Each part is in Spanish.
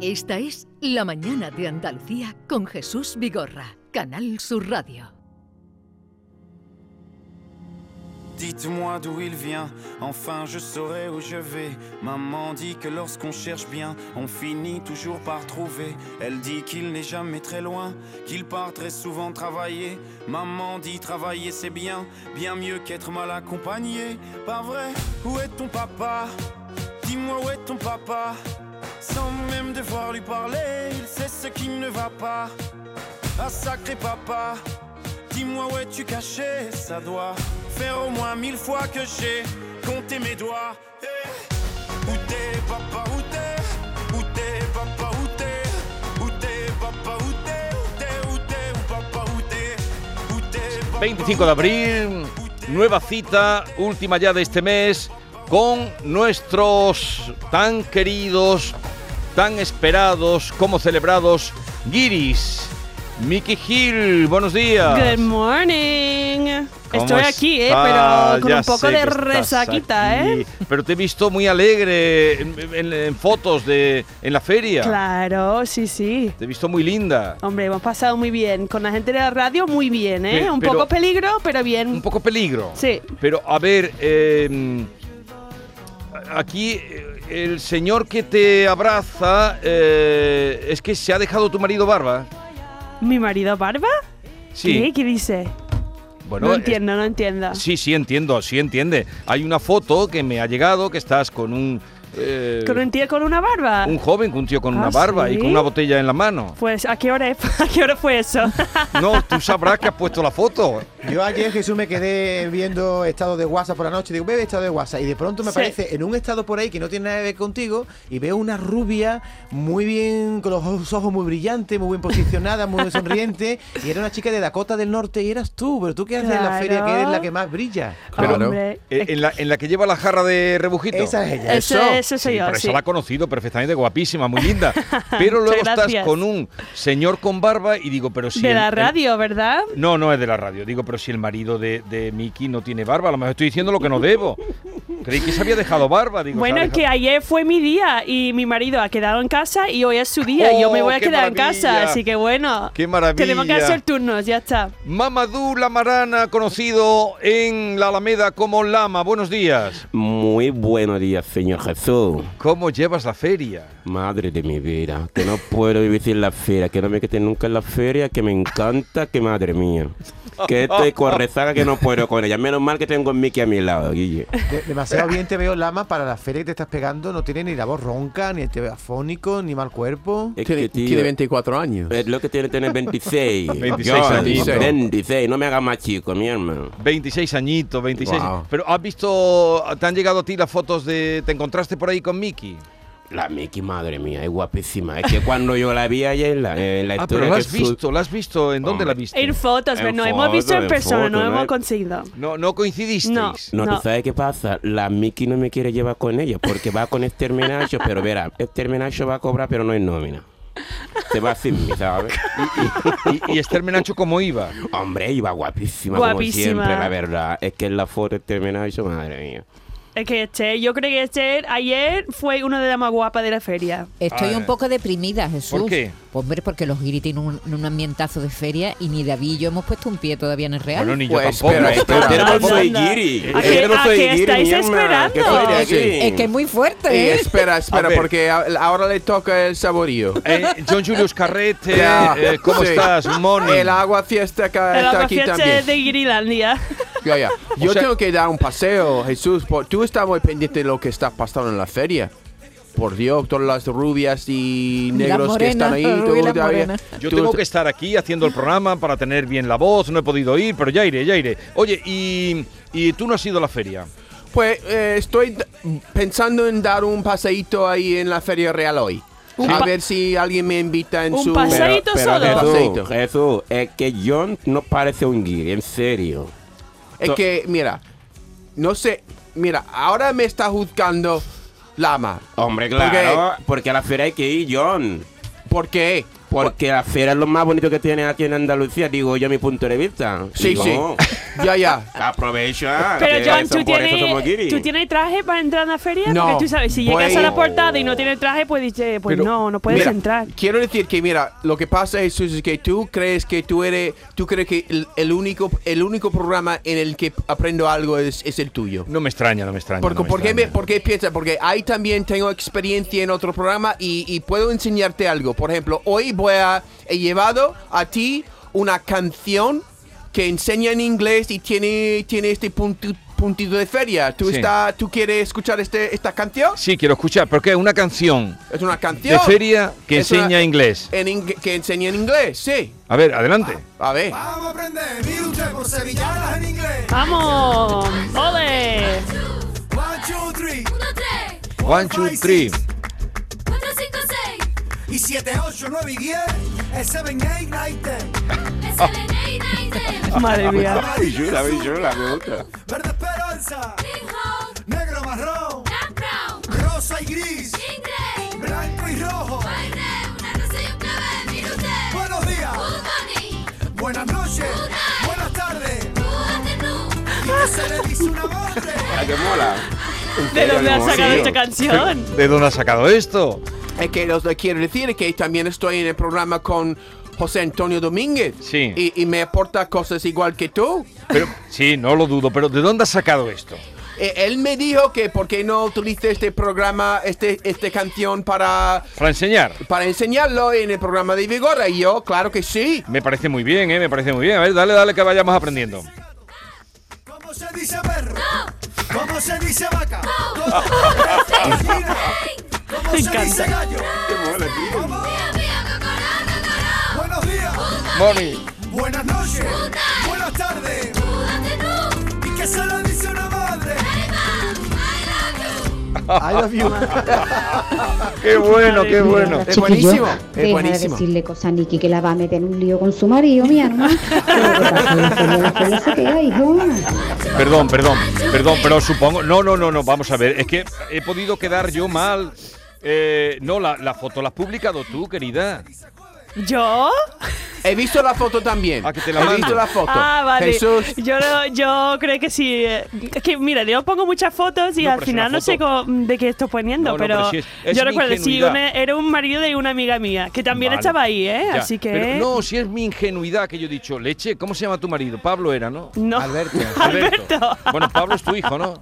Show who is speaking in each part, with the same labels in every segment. Speaker 1: Esta es La Mañana de Andalucía con Jesús Vigorra, Canal Sur Radio.
Speaker 2: Dites-moi d'où il vient, enfin je saurai où je vais. Maman dit que lorsqu'on cherche bien, on finit toujours par trouver. Elle dit qu'il n'est jamais très loin, qu'il part très souvent travailler. Maman dit travailler c'est bien, bien mieux qu'être mal accompagné. Pas vrai, où est ton papa Dis-moi où est ton papa Sans même devoir lui parler, il sait ce qui ne va pas. Ah sacré papa, dis-moi où es-tu caché Ça doit faire au moins mille fois que j'ai compté mes doigts. Eh, Où t'es papa, où t'es Où t'es papa, où t'es Où t'es papa, où t'es Où t'es, où t'es, où papa, où t'es Où t'es papa,
Speaker 3: 25 de abril, nueva cita, última ya de este mes, con nuestros tan queridos, tan esperados, como celebrados, guiris. Miki Gil, buenos días.
Speaker 4: Good morning.
Speaker 3: ¿Cómo
Speaker 4: Estoy aquí, ¿eh?
Speaker 3: estás? Ah,
Speaker 4: Pero con
Speaker 3: Ya
Speaker 4: un poco
Speaker 3: sé
Speaker 4: de
Speaker 3: que estás
Speaker 4: resaquita,
Speaker 3: aquí,
Speaker 4: ¿eh?
Speaker 3: Pero te he visto muy alegre en, en- en fotos de, en la feria.
Speaker 4: Claro, Oh. sí, sí.
Speaker 3: Te he visto muy linda.
Speaker 4: Hombre, hemos pasado muy bien. Con la gente de la radio, muy bien, ¿eh?
Speaker 3: Pe-
Speaker 4: un
Speaker 3: pero-
Speaker 4: poco peligro, pero
Speaker 3: Un
Speaker 4: bien.
Speaker 3: poco peligro.
Speaker 4: Sí.
Speaker 3: Pero a ver, eh, aquí eh, el señor que te abraza eh, es que se ha dejado tu marido barba.
Speaker 4: ¿Mi marido barba? ¿Qué? ¿Qué dice?
Speaker 3: Bueno,
Speaker 4: no
Speaker 3: es-
Speaker 4: entiendo, no entiendo.
Speaker 3: sí, sí entiendo, sí entiende. Hay una foto que me ha llegado que estás con un eh,
Speaker 4: ¿Con un tío con una barba?
Speaker 3: un joven, con un tío con
Speaker 4: Ah,
Speaker 3: una barba y
Speaker 4: ¿sí?
Speaker 3: con una botella en la mano.
Speaker 4: Pues, ¿a qué hora, es- ¿a qué hora fue eso?
Speaker 3: No, tú sabrás que has puesto la foto. eh,
Speaker 5: Yo ayer, Jesús, me quedé viendo estado de WhatsApp por la noche. Digo, bebe estado de WhatsApp. Y de pronto me
Speaker 4: Sí.
Speaker 5: aparece en un estado por ahí que no tiene nada que ver contigo. Y veo una rubia muy bien, con los ojos- ojos muy brillantes, muy bien posicionada, muy sonriente. Y era una chica de Dakota del Norte y eras tú. Pero tú qué haces en la
Speaker 4: Claro.
Speaker 5: feria que eres la que más brilla.
Speaker 3: Pero-
Speaker 4: Hombre.
Speaker 3: Eh, en, la, en la que lleva la jarra de rebujito.
Speaker 5: Esa es ella.
Speaker 4: Eso, eso soy
Speaker 3: Sí,
Speaker 4: yo,
Speaker 3: pero
Speaker 4: sí.
Speaker 3: esa la ha conocido perfectamente, guapísima, muy linda. Pero luego
Speaker 4: Muchas
Speaker 3: estás
Speaker 4: gracias.
Speaker 3: con un señor con barba y digo, pero si.
Speaker 4: de
Speaker 3: el-
Speaker 4: la
Speaker 3: el-
Speaker 4: radio, ¿verdad?
Speaker 3: no, no es de la radio. Digo, pero si el marido de, de Miki no tiene barba, a lo mejor estoy diciendo lo que no debo. Creí que se había dejado barba. Digo,
Speaker 4: Bueno,
Speaker 3: se ha
Speaker 4: es que
Speaker 3: dejado-
Speaker 4: ayer fue mi día y mi marido ha quedado en casa y hoy es su día. y yo me
Speaker 3: ¡Oh,
Speaker 4: voy a
Speaker 3: qué
Speaker 4: quedar en casa,
Speaker 3: maravilla!
Speaker 4: así que bueno.
Speaker 3: ¡Qué maravilla!
Speaker 4: Tenemos que hacer turnos, ya está.
Speaker 3: Mamadou Lamarana, conocido en la Alameda como Lama. Buenos días.
Speaker 6: Muy buenos días, señor Jesús.
Speaker 3: ¿Cómo llevas la feria?
Speaker 6: Madre de mi vida, que no puedo vivir sin la feria, que no me quede nunca en la feria, que me encanta, que madre mía. Que estoy con rezaga que no puedo con ella. Menos mal que tengo a Mickey a mi lado, Guille.
Speaker 5: De- demasiado bien te veo, Lama, para la feria que te estás pegando. No tienes ni la voz ronca, ni te veo afónico, ni mal cuerpo.
Speaker 6: Es
Speaker 7: Tiene,
Speaker 6: que, tío,
Speaker 7: tiene 24 años.
Speaker 3: Eh,
Speaker 6: es lo que tiene tener 26.
Speaker 3: 26
Speaker 6: Dios,
Speaker 3: añitos.
Speaker 6: 26, no me haga más chico, mi hermano.
Speaker 3: 26 añitos, 26.
Speaker 7: Guau.
Speaker 3: Pero has visto, te han llegado a ti las fotos de. ¿Te encontraste por ahí con Miki?
Speaker 6: La Mickey, madre mía, es guapísima. Es que cuando yo la vi ayer en la, en la
Speaker 3: Ah,
Speaker 6: historia
Speaker 3: pero la
Speaker 6: que
Speaker 3: has
Speaker 6: su-
Speaker 3: visto, la has visto. ¿En dónde la viste?
Speaker 4: En fotos,
Speaker 6: En
Speaker 4: pero no hemos visto
Speaker 6: foto,
Speaker 4: en
Speaker 6: en
Speaker 4: persona, no
Speaker 6: foto, ¿no?
Speaker 4: hemos conseguido.
Speaker 3: No, no coincidisteis.
Speaker 4: No.
Speaker 6: No, ¿tú sabes qué pasa? La Mickey no me quiere llevar con ella porque va con este terminacho, pero verá, este terminacho va a cobrar, pero no es nómina. Se va sin mí, ¿sabes?
Speaker 3: Y, y Esther Menacho cómo iba.
Speaker 6: Hombre, iba guapísima,
Speaker 4: Guapísima.
Speaker 6: como siempre, la verdad. Es que en la foto este terminacho, madre mía.
Speaker 4: Es que este, yo creo que este ayer fue una de las más guapas de la feria.
Speaker 8: Estoy
Speaker 3: Ah,
Speaker 8: un poco deprimida, Jesús.
Speaker 3: ¿Por qué?
Speaker 8: Pues, hombre, porque los guiri tienen un, un ambientazo de feria y ni David y yo hemos puesto un pie todavía en el Real.
Speaker 3: Bueno, ni yo
Speaker 7: Pues,
Speaker 3: tampoco.
Speaker 7: pero
Speaker 3: Es que
Speaker 7: espera,
Speaker 3: Esther
Speaker 4: espera.
Speaker 3: no fue-
Speaker 4: Anda. ¿A qué- a qué estáis esperando?
Speaker 8: es que es muy fuerte,
Speaker 7: Y
Speaker 8: ¿eh?
Speaker 7: espera,
Speaker 3: A
Speaker 7: espera,
Speaker 3: ver.
Speaker 7: porque a- ahora le toca el saborío.
Speaker 3: Eh, John Julius Carrete,
Speaker 7: Ya,
Speaker 3: eh, ¿cómo
Speaker 7: sí.
Speaker 3: estás, Moni?
Speaker 7: El agua fiesta que
Speaker 4: El
Speaker 7: Ah, está aquí
Speaker 4: aguafiestas
Speaker 7: también.
Speaker 4: de Grilandia.
Speaker 7: Ya, ya. Yo
Speaker 3: sea-
Speaker 7: tengo que dar un paseo, Jesús. por- tú estás muy pendiente de lo que está pasando en la feria. Por Dios, todas las rubias y
Speaker 8: Las
Speaker 7: negros que están
Speaker 8: morenas,
Speaker 7: ahí.
Speaker 8: las
Speaker 7: tú
Speaker 8: rubias, las
Speaker 7: todavía-
Speaker 8: morenas.
Speaker 3: Yo
Speaker 7: tú-
Speaker 3: tengo que estar aquí haciendo el programa para tener bien la voz. No he podido ir, pero ya iré, ya iré. Oye, y, y tú no has ido a la feria.
Speaker 7: Pues eh, estoy d- pensando en dar un paseíto ahí en la Feria Real hoy.
Speaker 4: Un
Speaker 7: A
Speaker 4: pa-
Speaker 7: ver si alguien me invita en
Speaker 4: un
Speaker 7: su...
Speaker 4: paseo. Paseíto solo.
Speaker 6: Jesús,
Speaker 7: Paseíto.
Speaker 6: Jesús, es que John no parece un guiri, en serio.
Speaker 7: Es que, mira, no sé, mira, ahora me está juzgando Lama.
Speaker 6: Hombre, claro, porque a la feria hay que ir, John.
Speaker 7: ¿Por qué?
Speaker 6: Porque la feria es lo más bonito que tiene aquí en Andalucía, digo yo, mi punto de vista.
Speaker 7: Sí,
Speaker 6: Digo,
Speaker 7: sí. Ya, ya.
Speaker 6: Aprovecha.
Speaker 4: Pero
Speaker 6: Ah, que
Speaker 4: John,
Speaker 6: eso-
Speaker 4: ¿tú
Speaker 6: por eso somos
Speaker 4: tienes,
Speaker 6: guiris.
Speaker 4: ¿tú tienes traje para entrar a la feria?
Speaker 7: No.
Speaker 4: Porque tú sabes, si llegas
Speaker 7: Voy-
Speaker 4: a la portada y no tienes traje, pues dices, pues
Speaker 7: Pero,
Speaker 4: no, no puedes
Speaker 7: mira,
Speaker 4: entrar.
Speaker 7: Quiero decir que, mira, lo que pasa, Jesús, es que tú crees que tú eres, tú crees que el, el único, el único programa en el que aprendo algo es, es el tuyo.
Speaker 3: No me extraña, no me extraña.
Speaker 7: Porque,
Speaker 3: no me
Speaker 7: ¿por, qué me-
Speaker 3: extraña.
Speaker 7: por qué piensa? Porque ahí también tengo experiencia en otro programa y, y puedo enseñarte algo. Por ejemplo, hoy voy a, he llevado a ti una canción que enseña en inglés y tiene, tiene este punti- puntito de feria. ¿Tú,
Speaker 3: Sí.
Speaker 7: está, ¿tú quieres escuchar este, esta canción?
Speaker 3: Sí, quiero escuchar, porque es una canción
Speaker 7: Es una canción.
Speaker 3: de feria que
Speaker 7: Es una-
Speaker 3: enseña inglés.
Speaker 7: en ing- que enseña en inglés, sí.
Speaker 3: A ver, adelante.
Speaker 7: A ver.
Speaker 9: Vamos a aprender, mire usted por sevillanas en inglés.
Speaker 4: ¡Vamos! ¡Ole!
Speaker 9: One, two, three.
Speaker 7: Ah.
Speaker 3: One, two, three.
Speaker 9: Y 7, 8, 9 y 10. Es 7, 8, 9, 10.
Speaker 4: Madre
Speaker 2: ah,
Speaker 4: mía.
Speaker 6: Ay, chula, ay, chula, me gusta.
Speaker 9: Verde esperanza. Negro marrón. Rosa y gris. Blanco y rojo. Buenos días. Buenas noches. Buenas tardes. Y que se le dice una madre.
Speaker 6: Ay, que mola.
Speaker 4: ¿De dónde has sacado
Speaker 6: Sí.
Speaker 4: esta canción?
Speaker 3: ¿De dónde has sacado esto?
Speaker 7: Es que los que quiero decir es que también estoy en el programa con José Antonio Domínguez.
Speaker 3: Sí.
Speaker 7: Y, y me aporta cosas igual que tú.
Speaker 3: Pero, sí, no lo dudo, pero ¿de dónde has sacado esto?
Speaker 7: Eh, él me dijo que por qué no utilice este programa, este, este canción para,
Speaker 3: Para enseñar.
Speaker 7: para enseñarlo en el programa de Vigora. Y yo, claro que sí.
Speaker 3: Me parece muy bien, ¿eh? Me parece muy bien. A ver, dale, dale, que vayamos aprendiendo.
Speaker 9: ¿Cómo se dice perro? ¿Cómo se dice vaca? ¿Cómo se dice gallina? ¿Cómo
Speaker 4: Me
Speaker 9: se dice
Speaker 4: encanta.
Speaker 9: gallo? ¿Cómo? Buenos días.
Speaker 3: Moni.
Speaker 9: Buenas noches. Buenas tardes. ¿Y qué se le dice a una madre?
Speaker 5: I love you.
Speaker 3: Qué bueno, qué bueno.
Speaker 7: Es buenísimo. Es
Speaker 10: Deja de
Speaker 7: buenísimo.
Speaker 10: decirle cosas a Nicky que la va a meter en un lío con su marido, mi alma. Pero que pase la feria, la feria se queda, hijo.
Speaker 3: Perdón, perdón, perdón, pero supongo. No, no, no, no, vamos a ver. Es que he podido quedar yo mal. Eh, no, la, la foto la has publicado tú, querida.
Speaker 4: ¿Yo?
Speaker 7: He visto la foto también.
Speaker 3: Ah, que te la
Speaker 7: He
Speaker 3: mando.
Speaker 7: visto la foto.
Speaker 4: Ah, vale.
Speaker 7: Jesús.
Speaker 4: Yo, no- yo creo que sí. eh, Es que, mira, yo pongo muchas fotos y
Speaker 3: No,
Speaker 4: al
Speaker 3: pero es
Speaker 4: final
Speaker 3: una
Speaker 4: no sé
Speaker 3: foto.
Speaker 4: cómo- de qué estoy poniendo,
Speaker 3: No, no,
Speaker 4: pero,
Speaker 3: pero sí es- es
Speaker 4: yo
Speaker 3: mi
Speaker 4: recuerdo, sí,
Speaker 3: ingenuidad.
Speaker 4: una- era un marido de una amiga mía, que también
Speaker 3: Vale.
Speaker 4: estaba ahí, ¿eh?
Speaker 3: Ya,
Speaker 4: Así que...
Speaker 3: pero no, si es mi ingenuidad que yo he dicho, leche, ¿cómo se llama tu marido? Pablo era, ¿no?
Speaker 4: no.
Speaker 5: Alberto.
Speaker 4: Alberto.
Speaker 3: Bueno, Pablo es tu hijo, ¿no?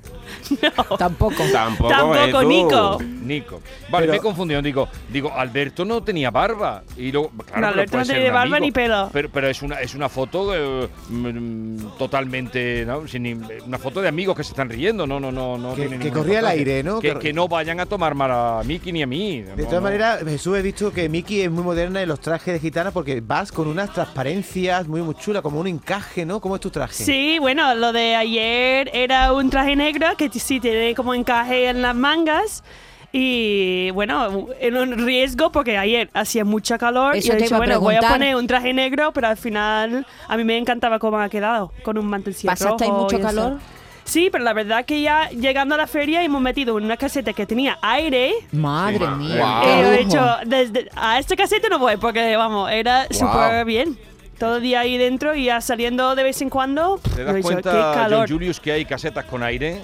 Speaker 8: Tampoco.
Speaker 6: Tampoco,
Speaker 4: Tampoco,
Speaker 6: Edu.
Speaker 4: Nico.
Speaker 3: Nico. Vale, me he confundido. Digo, digo, Alberto no tenía barba. Y luego, claro,
Speaker 4: No,
Speaker 3: pero
Speaker 4: Alberto
Speaker 3: puede
Speaker 4: no
Speaker 3: ser
Speaker 4: tenía
Speaker 3: un
Speaker 4: barba
Speaker 3: amigo.
Speaker 4: ni pelo.
Speaker 3: Pero, pero es una es una foto eh, mm, totalmente, ¿no? Sin ni- una foto de amigos que se están riendo. No, no, no, no.
Speaker 5: Que-
Speaker 3: tiene
Speaker 5: que
Speaker 3: ningún
Speaker 5: corría el
Speaker 3: reportaje.
Speaker 5: aire, ¿no?
Speaker 3: Que,
Speaker 5: Que-
Speaker 3: que no vayan a tomar mal a Miki ni a mí.
Speaker 5: De
Speaker 3: No,
Speaker 5: todas
Speaker 3: no.
Speaker 5: maneras, Jesús, he visto que Mickey es muy moderna en los trajes de gitana porque vas con unas transparencias muy, muy chulas, como un encaje, ¿no? ¿Cómo es tu traje?
Speaker 4: Sí, bueno, lo de ayer era un traje negro que t- sí tiene como encaje en las mangas. Y bueno, en un riesgo porque ayer hacía mucha calor
Speaker 8: Eso
Speaker 4: y he
Speaker 8: te iba
Speaker 4: dicho,
Speaker 8: a
Speaker 4: bueno, voy a
Speaker 8: preguntar.
Speaker 4: poner un traje negro, pero al final a mí me encantaba cómo ha quedado, con un mantelcito
Speaker 8: ¿Pasaste ahí
Speaker 4: rojo
Speaker 8: mucho
Speaker 4: y eso.
Speaker 8: calor?
Speaker 4: Sí, pero la verdad que ya llegando a la feria hemos metido en una caseta que tenía aire,
Speaker 8: Madre mía.
Speaker 6: Ah,
Speaker 7: Wow.
Speaker 8: qué
Speaker 4: pero he
Speaker 8: lujo.
Speaker 4: hecho, desde, a esta caseta no voy porque, vamos, era súper bien. Todo el día ahí dentro y ya saliendo de vez en cuando.
Speaker 3: ¿Te
Speaker 4: yo
Speaker 3: das
Speaker 4: he dicho,
Speaker 3: cuenta,
Speaker 4: qué calor.
Speaker 3: John Julius, que hay casetas con aire?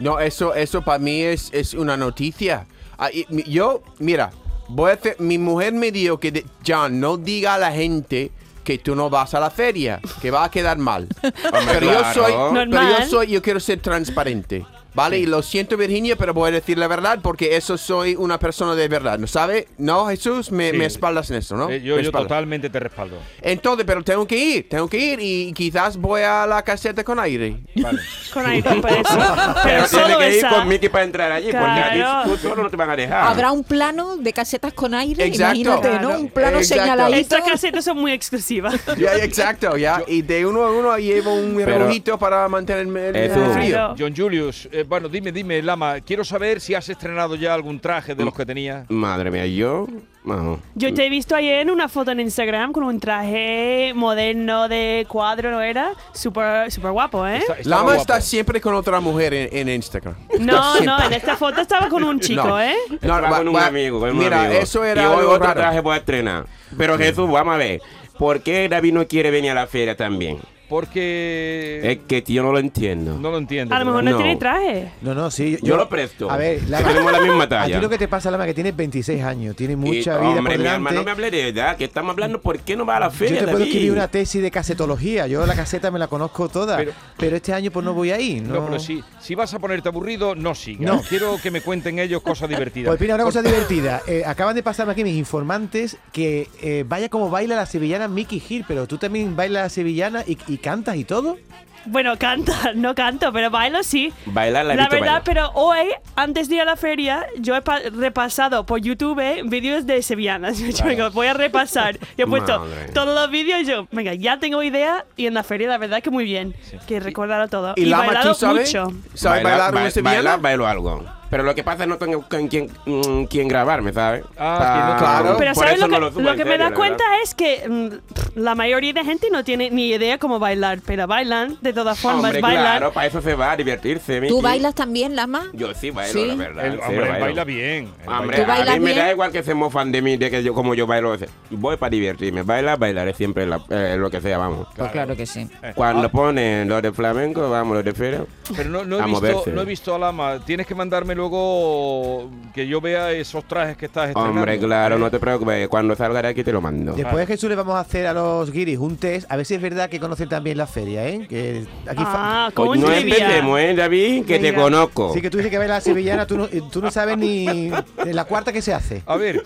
Speaker 7: No, eso, eso para mí es, es una noticia. Ah, y mi- yo, mira, voy a hacer- mi mujer me dijo que, de- John, no diga a la gente que tú no vas a la feria, que va a quedar mal. pero, yo
Speaker 6: claro.
Speaker 7: soy, pero yo
Speaker 4: Normal.
Speaker 7: soy, yo quiero ser transparente. Vale, y lo siento Virginia, pero voy a decir la verdad porque eso soy una persona de verdad, ¿no sabe? No, Jesús, me,
Speaker 3: Sí.
Speaker 7: me espaldas en eso, ¿no?
Speaker 3: Eh, yo
Speaker 7: Me
Speaker 3: yo
Speaker 7: espaldas.
Speaker 3: totalmente te respaldo.
Speaker 7: Entonces, pero tengo que ir, tengo que ir y quizás voy a la caseta con aire.
Speaker 3: Vale.
Speaker 4: Con aire, por eso. Pero
Speaker 6: Pero tiene
Speaker 4: solo
Speaker 6: que ir
Speaker 4: esa.
Speaker 6: con Mickey para entrar allí, porque
Speaker 4: Claro.
Speaker 6: allí tú solo no te van a dejar.
Speaker 8: Habrá un plano de casetas con aire,
Speaker 7: Exacto.
Speaker 8: imagínate, ¿no?
Speaker 7: Claro.
Speaker 8: Un plano
Speaker 7: Exacto.
Speaker 8: señaladito.
Speaker 4: Estas casetas son muy exclusivas.
Speaker 7: Ya, ya, exacto, ya. y de uno a uno llevo un
Speaker 6: Pero-
Speaker 7: relojito para mantenerme el, el
Speaker 6: Eso.
Speaker 7: frío.
Speaker 4: Claro.
Speaker 3: John Julius, eh, eh, bueno, dime, dime, Lama, quiero saber si has estrenado ya algún traje de los que tenías.
Speaker 6: Madre mía, yo. Vamos.
Speaker 4: Yo te he visto ayer en una foto en Instagram con un traje moderno de cuadro, ¿no era? Súper súper guapo, ¿eh?
Speaker 7: Lama está siempre con otra mujer en, en Instagram.
Speaker 4: No,
Speaker 7: Siempre.
Speaker 4: no, en esta foto estaba con un chico,
Speaker 7: No.
Speaker 4: ¿eh?
Speaker 7: No,
Speaker 6: Estaba
Speaker 7: va-
Speaker 6: con un
Speaker 7: va-
Speaker 6: amigo, con un
Speaker 7: mira,
Speaker 6: amigo.
Speaker 7: eso era
Speaker 6: Y hoy
Speaker 7: algo
Speaker 6: otro
Speaker 7: raro.
Speaker 6: traje voy a estrenar. Pero Jesús, vamos a ver. ¿Por qué David no quiere venir a la feria también?
Speaker 3: Porque
Speaker 6: Es que yo no lo entiendo.
Speaker 3: no lo entiendo.
Speaker 4: A lo mejor no,
Speaker 6: No.
Speaker 4: tiene traje.
Speaker 5: No, no, sí.
Speaker 6: Yo lo presto.
Speaker 5: A ver,
Speaker 6: Que tenemos la misma
Speaker 5: A ti
Speaker 6: talla.
Speaker 5: lo que te pasa, Lama, que tienes 26 años, tienes
Speaker 6: Y,
Speaker 5: mucha vida
Speaker 6: hombre,
Speaker 5: por
Speaker 6: mi alma,
Speaker 5: delante.
Speaker 6: no me hable de edad, que estamos hablando, ¿por qué no va a la
Speaker 5: Yo
Speaker 6: feria,
Speaker 5: te puedo
Speaker 6: David?
Speaker 5: escribir una tesis de casetología. Yo la caseta me la conozco toda.
Speaker 3: Pero-
Speaker 5: Pero, este año pues no voy ahí. No,
Speaker 3: No, pero sí, si vas a ponerte aburrido, no sigas.
Speaker 5: No.
Speaker 3: Quiero que me cuenten ellos cosas divertidas.
Speaker 5: Pues mira, una cosa divertida. Eh, acaban de pasarme aquí mis informantes que eh, vaya como baila la sevillana Mickey Hill, pero tú también bailas la sevillana y, y cantas y todo.
Speaker 4: Bueno, canta, no canto, pero bailo sí.
Speaker 6: Bailar la he
Speaker 4: La
Speaker 6: visto
Speaker 4: verdad,
Speaker 6: bailar.
Speaker 4: pero hoy, antes de ir a la feria, yo he pa- repasado por YouTube eh, vídeos de sevillanas. Yo digo, voy a repasar. Yo he puesto
Speaker 6: Madre.
Speaker 4: todos los vídeos y yo, venga, ya tengo idea. Y en la feria, la verdad que muy bien. Que recordarlo todo.
Speaker 7: Y, Lama,
Speaker 4: bailado
Speaker 7: ¿tú sabes?
Speaker 4: mucho.
Speaker 7: ¿Sabes bailar,
Speaker 6: ba-
Speaker 7: una sevillana?
Speaker 6: Bailar, bailo algo. Pero lo que pasa es que no tengo con quién, mm, quién grabarme, ¿sabes?
Speaker 3: Ah, que no-
Speaker 7: claro.
Speaker 4: Pero
Speaker 6: Oh, por
Speaker 4: ¿sabes
Speaker 6: eso
Speaker 4: lo que,
Speaker 6: no lo subo
Speaker 4: lo
Speaker 6: en
Speaker 4: que me
Speaker 6: serio,
Speaker 4: da
Speaker 6: la
Speaker 4: cuenta
Speaker 6: verdad.
Speaker 4: es que mm, pff, la mayoría de gente no tiene ni idea cómo bailar, pero bailan, de todas formas,
Speaker 6: Hombre,
Speaker 4: bailan.
Speaker 6: claro, para eso se va a divertirse.
Speaker 8: ¿Tú
Speaker 6: Miki.
Speaker 8: bailas también, Lama?
Speaker 6: Yo sí bailo,
Speaker 8: Sí.
Speaker 6: la verdad.
Speaker 3: El,
Speaker 6: sí
Speaker 3: hombre, él
Speaker 6: bailo.
Speaker 3: baila bien. él
Speaker 6: Hombre,
Speaker 8: ¿Tú
Speaker 6: a
Speaker 8: bailas
Speaker 6: mí me da
Speaker 8: bien?
Speaker 6: igual que se mofan de mí, de que yo, como yo bailo. Voy para divertirme. Bailar, bailaré siempre la- eh, lo que sea, vamos.
Speaker 8: Pues claro que sí.
Speaker 6: Cuando ponen los de flamenco, vamos, los de feria.
Speaker 3: Pero no, no
Speaker 6: A
Speaker 3: he visto,
Speaker 6: moverse.
Speaker 3: no he visto a Lama. Tienes que mandarme luego que yo vea esos trajes que estás estrenando.
Speaker 6: Hombre, claro, no te preocupes. Cuando salga de aquí te lo mando.
Speaker 5: Después Jesús le vamos a hacer a los guiris un test. A ver si es verdad que conocen también la feria, ¿eh? Que aquí fa-
Speaker 4: Ah, como
Speaker 6: Pues
Speaker 4: un
Speaker 6: no
Speaker 4: trivia.
Speaker 6: empecemos, ¿eh, David? Que te
Speaker 4: Venga.
Speaker 6: conozco.
Speaker 5: Sí, que tú dices que bailas la sevillana, tú no, eh, tú no sabes ni de la cuarta que se hace.
Speaker 3: A ver, eh,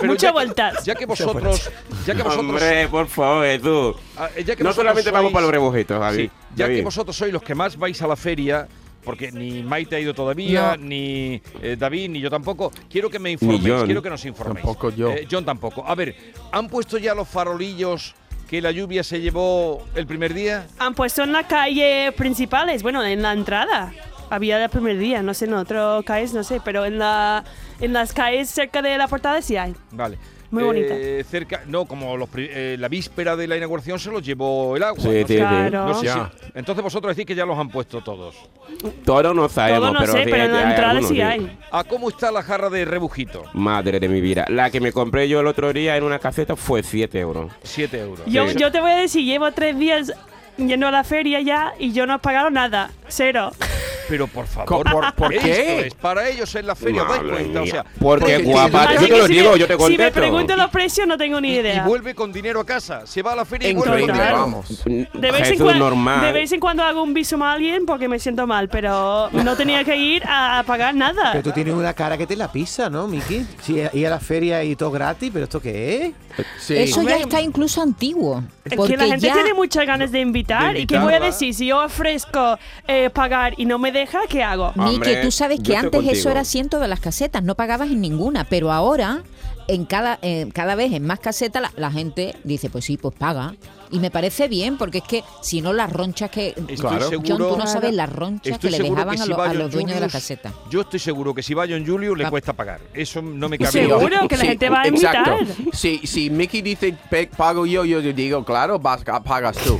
Speaker 3: pero
Speaker 4: Mucha
Speaker 3: ya que-
Speaker 4: vuelta.
Speaker 3: Ya que vosotros, ya que vosotros,
Speaker 6: Hombre, por favor, Jesús.
Speaker 3: ah, eh, ya que
Speaker 6: No
Speaker 3: vosotros
Speaker 6: solamente vamos
Speaker 3: sois-
Speaker 6: para los rebojitos, David.
Speaker 3: Sí, ya que
Speaker 6: David.
Speaker 3: vosotros sois los que más vais a la feria, porque ni Maite ha ido todavía,
Speaker 7: No.
Speaker 3: ni eh, David, ni yo tampoco, quiero que me informéis,
Speaker 6: yo, ¿no?
Speaker 3: quiero que nos informéis.
Speaker 7: Tampoco yo.
Speaker 3: Eh, John tampoco. A ver, ¿han puesto ya los farolillos que la lluvia se llevó el primer día?
Speaker 4: Han puesto en la calle principales, bueno, en la entrada. Había el primer día, no sé, en otras calles, no sé, pero en, la, en las calles cerca de la portada sí hay.
Speaker 3: Vale. Eh,
Speaker 4: Muy bonita.
Speaker 3: Cerca, no, como los pri- eh, la víspera de la inauguración se los llevó el agua.
Speaker 6: Sí,
Speaker 3: no
Speaker 6: sí,
Speaker 3: sé-
Speaker 6: sí.
Speaker 4: Claro.
Speaker 3: no sé
Speaker 7: Ya.
Speaker 3: si- entonces vosotros decís que ya los han puesto todos.
Speaker 6: Todos no sabemos,
Speaker 4: Todo no
Speaker 6: pero
Speaker 4: sé,
Speaker 6: sí,
Speaker 4: pero en la
Speaker 6: hay
Speaker 4: entrada
Speaker 6: algunos,
Speaker 4: sí
Speaker 6: sí.
Speaker 4: hay.
Speaker 3: ¿A cómo está la jarra de rebujito?
Speaker 6: Madre de mi vida. La que me compré yo el otro día en una caseta fue 7 euros.
Speaker 3: 7 euros.
Speaker 4: Yo,
Speaker 6: Sí.
Speaker 4: yo te voy a decir, llevo tres días yendo a la feria ya y yo no he pagado nada, cero.
Speaker 3: Pero por favor,
Speaker 7: Co- por- ¿por
Speaker 3: esto
Speaker 7: qué?
Speaker 3: es para ellos en la feria, dais
Speaker 6: Madre
Speaker 3: cuenta. O
Speaker 6: mía.
Speaker 3: sea,
Speaker 6: porque
Speaker 7: porque-
Speaker 6: guapa.
Speaker 4: Así
Speaker 6: Yo te
Speaker 4: que
Speaker 6: lo
Speaker 4: si
Speaker 6: digo,
Speaker 4: me-
Speaker 6: yo te
Speaker 4: Si
Speaker 6: contesto.
Speaker 4: me preguntan los precios no tengo ni
Speaker 3: y, y
Speaker 4: idea.
Speaker 3: vuelve con dinero a casa. Se va a la feria y vuelve con
Speaker 7: Increíble,
Speaker 3: dinero.
Speaker 7: vamos.
Speaker 4: De vez, en
Speaker 6: Mm, Jesús,
Speaker 4: cuan-
Speaker 6: Ah, normal.
Speaker 4: de vez en cuando hago un visum a alguien porque me siento mal, pero no tenía que ir a pagar nada.
Speaker 5: Pero tú tienes una cara que te la pisa, ¿no, Miki? Sí, eh, ir a la feria y todo gratis, pero ¿esto qué es?
Speaker 7: Sí.
Speaker 8: Eso ya
Speaker 4: Hombre.
Speaker 8: está incluso antiguo.
Speaker 4: Es
Speaker 8: Porque
Speaker 4: que la gente
Speaker 8: ya...
Speaker 4: tiene muchas ganas de invitar.
Speaker 3: de
Speaker 4: ¿Y qué voy a
Speaker 3: invitarla.
Speaker 4: decir? Si yo ofrezco eh, pagar y no me deja, ¿qué hago?
Speaker 6: Ah,
Speaker 8: Ni que
Speaker 6: Hombre,
Speaker 8: tú sabes
Speaker 6: yo
Speaker 8: que
Speaker 6: estoy
Speaker 8: antes eso
Speaker 6: contigo.
Speaker 8: era así en todas las casetas, no pagabas en ninguna, pero ahora en cada en cada vez en más casetas la, la gente dice, pues sí, pues paga. Y me parece bien, porque es que si no las ronchas que...
Speaker 3: Estoy
Speaker 8: John, tú
Speaker 3: seguro-
Speaker 8: no sabes las ronchas que
Speaker 3: Estoy
Speaker 8: le
Speaker 3: seguro
Speaker 8: dejaban
Speaker 3: que
Speaker 8: a,
Speaker 3: si
Speaker 8: los-
Speaker 3: va
Speaker 8: a
Speaker 3: John
Speaker 8: los dueños de la
Speaker 3: Julius,
Speaker 8: caseta.
Speaker 3: Yo estoy seguro que si va John Julio le
Speaker 8: Va-
Speaker 3: cuesta pagar. Eso no me cabe duda.
Speaker 4: Seguro que la
Speaker 7: Sí,
Speaker 4: gente va a
Speaker 7: exacto.
Speaker 4: invitar.
Speaker 7: Si, si Mickey dice "Pe- pago yo, yo le digo, claro, vas, a- pagas tú.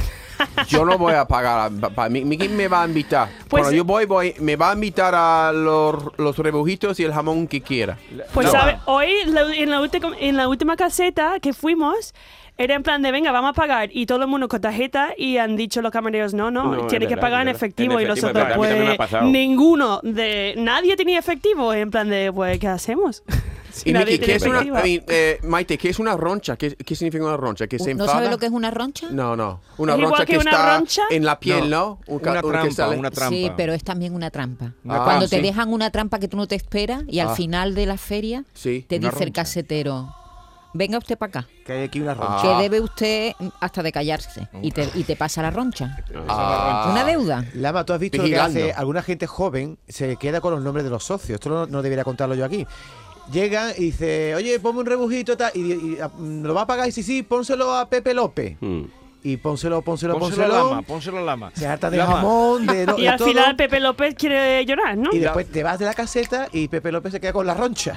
Speaker 7: Yo no voy a pagar. a- pa- pa- Mi- Mickey me va a invitar.
Speaker 4: Pues-
Speaker 7: Cuando yo voy, voy, me va a invitar a los, los rebujitos y el jamón que quiera.
Speaker 4: Pues
Speaker 7: No.
Speaker 4: ¿sabe? hoy la- en, la ulti- en la última caseta que fuimos, era en plan de, venga, vamos a pagar. Y todo el mundo con tarjeta y han dicho los camareros, no, no,
Speaker 6: No, es
Speaker 4: tiene que
Speaker 6: verdad,
Speaker 4: pagar en
Speaker 6: es verdad.
Speaker 4: efectivo.
Speaker 6: En
Speaker 4: y
Speaker 6: efectivo, es
Speaker 4: nosotros,
Speaker 6: verdad, a mí también me ha
Speaker 4: pues,
Speaker 6: pasado.
Speaker 4: ninguno, de nadie tenía efectivo. En plan de, pues, ¿qué hacemos? Si
Speaker 7: Y
Speaker 4: nadie
Speaker 7: Mickey, ¿qué
Speaker 4: tiene
Speaker 7: es una,
Speaker 4: efectivo.
Speaker 7: I mean, eh, Maite, ¿qué es una roncha? ¿Qué, qué significa una roncha? ¿Que se
Speaker 8: ¿No
Speaker 7: enfada?
Speaker 8: sabes lo que es una roncha?
Speaker 7: No, no. Una
Speaker 4: ¿Es igual
Speaker 7: roncha
Speaker 4: que
Speaker 7: que,
Speaker 4: una
Speaker 7: está
Speaker 4: roncha?
Speaker 7: en la piel, ¿no? Un ca-
Speaker 3: Una
Speaker 7: un que
Speaker 3: trampa,
Speaker 7: sale-
Speaker 3: una trampa.
Speaker 8: Sí, pero es también una trampa.
Speaker 7: Ah,
Speaker 8: Cuando te
Speaker 7: sí.
Speaker 8: dejan una trampa que tú no te esperas y al
Speaker 7: Ah.
Speaker 8: final de la feria
Speaker 7: Sí,
Speaker 8: te
Speaker 7: una
Speaker 8: dice el
Speaker 7: roncha.
Speaker 8: casetero, venga usted para acá,
Speaker 5: Que hay aquí una roncha.
Speaker 7: Ah.
Speaker 8: que debe usted hasta de callarse y te, y te pasa la roncha.
Speaker 7: Ah.
Speaker 8: Una deuda.
Speaker 5: Lama, tú has visto
Speaker 7: Vigilando.
Speaker 5: lo que hace alguna gente joven, se queda con los nombres de los socios. Esto no, no debería contarlo yo aquí. Llegan y ah,
Speaker 3: Ah.
Speaker 5: dice, oye, ponme un rebujito tal", y, y, a- mm, lo va a pagar y sí, sí, pónselo a Pepe López.
Speaker 6: Mm.
Speaker 5: y pónselo, pónselo,
Speaker 3: Pónselo a
Speaker 5: pónselo.
Speaker 3: lama, pónselo a lama.
Speaker 5: Se harta de
Speaker 3: Lama.
Speaker 5: jamón, de, do-
Speaker 4: Y
Speaker 5: de
Speaker 4: al
Speaker 5: todo.
Speaker 4: final Pepe López quiere llorar, ¿no?
Speaker 5: Y después te vas de la caseta y Pepe López se queda con la roncha.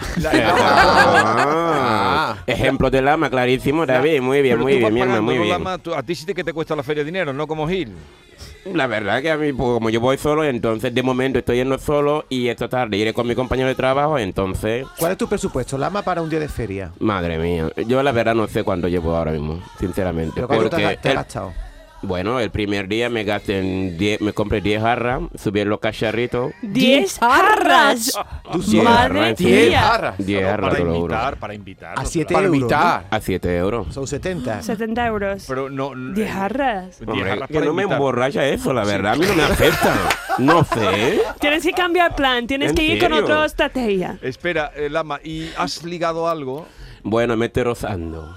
Speaker 6: Ah,
Speaker 7: Ah.
Speaker 6: ejemplo de lama, clarísimo, David. Muy bien,
Speaker 3: Pero
Speaker 6: muy
Speaker 3: tú vas
Speaker 6: bien, mi hermano,
Speaker 3: pagando,
Speaker 6: muy
Speaker 3: ¿no,
Speaker 6: bien.
Speaker 3: Lama? Tú- a ti sí te que te cuesta la feria dinero, no como Gil.
Speaker 6: La verdad que a mí, pues, como yo voy solo, entonces de momento estoy yendo solo y esta tarde iré con mi compañero de trabajo, entonces...
Speaker 5: ¿Cuál es tu presupuesto? Lama para un día de feria.
Speaker 6: Madre mía, yo la verdad no sé cuánto llevo ahora mismo, sinceramente.
Speaker 5: Pero ¿cuánto te
Speaker 6: porque
Speaker 5: has, te has
Speaker 6: el-
Speaker 5: gastado?
Speaker 6: bueno, el primer día me gasté en 10 me compré 10 jarras, subí en los cacharritos,
Speaker 4: ¡Diez jarras!
Speaker 5: Tú
Speaker 6: sí,
Speaker 4: ¡Madre
Speaker 6: jarras, diez
Speaker 4: mía!
Speaker 7: jarras.
Speaker 6: 10 jarras,
Speaker 3: para
Speaker 6: te lo juro.
Speaker 3: invitar, para invitar.
Speaker 5: A
Speaker 3: no-
Speaker 5: 7
Speaker 7: Para
Speaker 5: euros. ¿no?
Speaker 7: invitar.
Speaker 6: A 7 euros.
Speaker 5: Son 70.
Speaker 4: 70 euros.
Speaker 3: Pero no. no-
Speaker 4: ¿Diez jarras?
Speaker 3: Diez
Speaker 6: Hombre,
Speaker 3: jarras
Speaker 6: que
Speaker 3: para
Speaker 6: no me
Speaker 3: invitar.
Speaker 6: emborracha eso, la verdad, a mí no me afecta. No sé.
Speaker 4: Tienes que cambiar plan, tienes
Speaker 6: ¿En
Speaker 4: que ir con
Speaker 6: serio?
Speaker 4: otra estrategia.
Speaker 3: Espera, eh, Lama, ¿y has ligado algo?
Speaker 6: Bueno, me estoy rozando.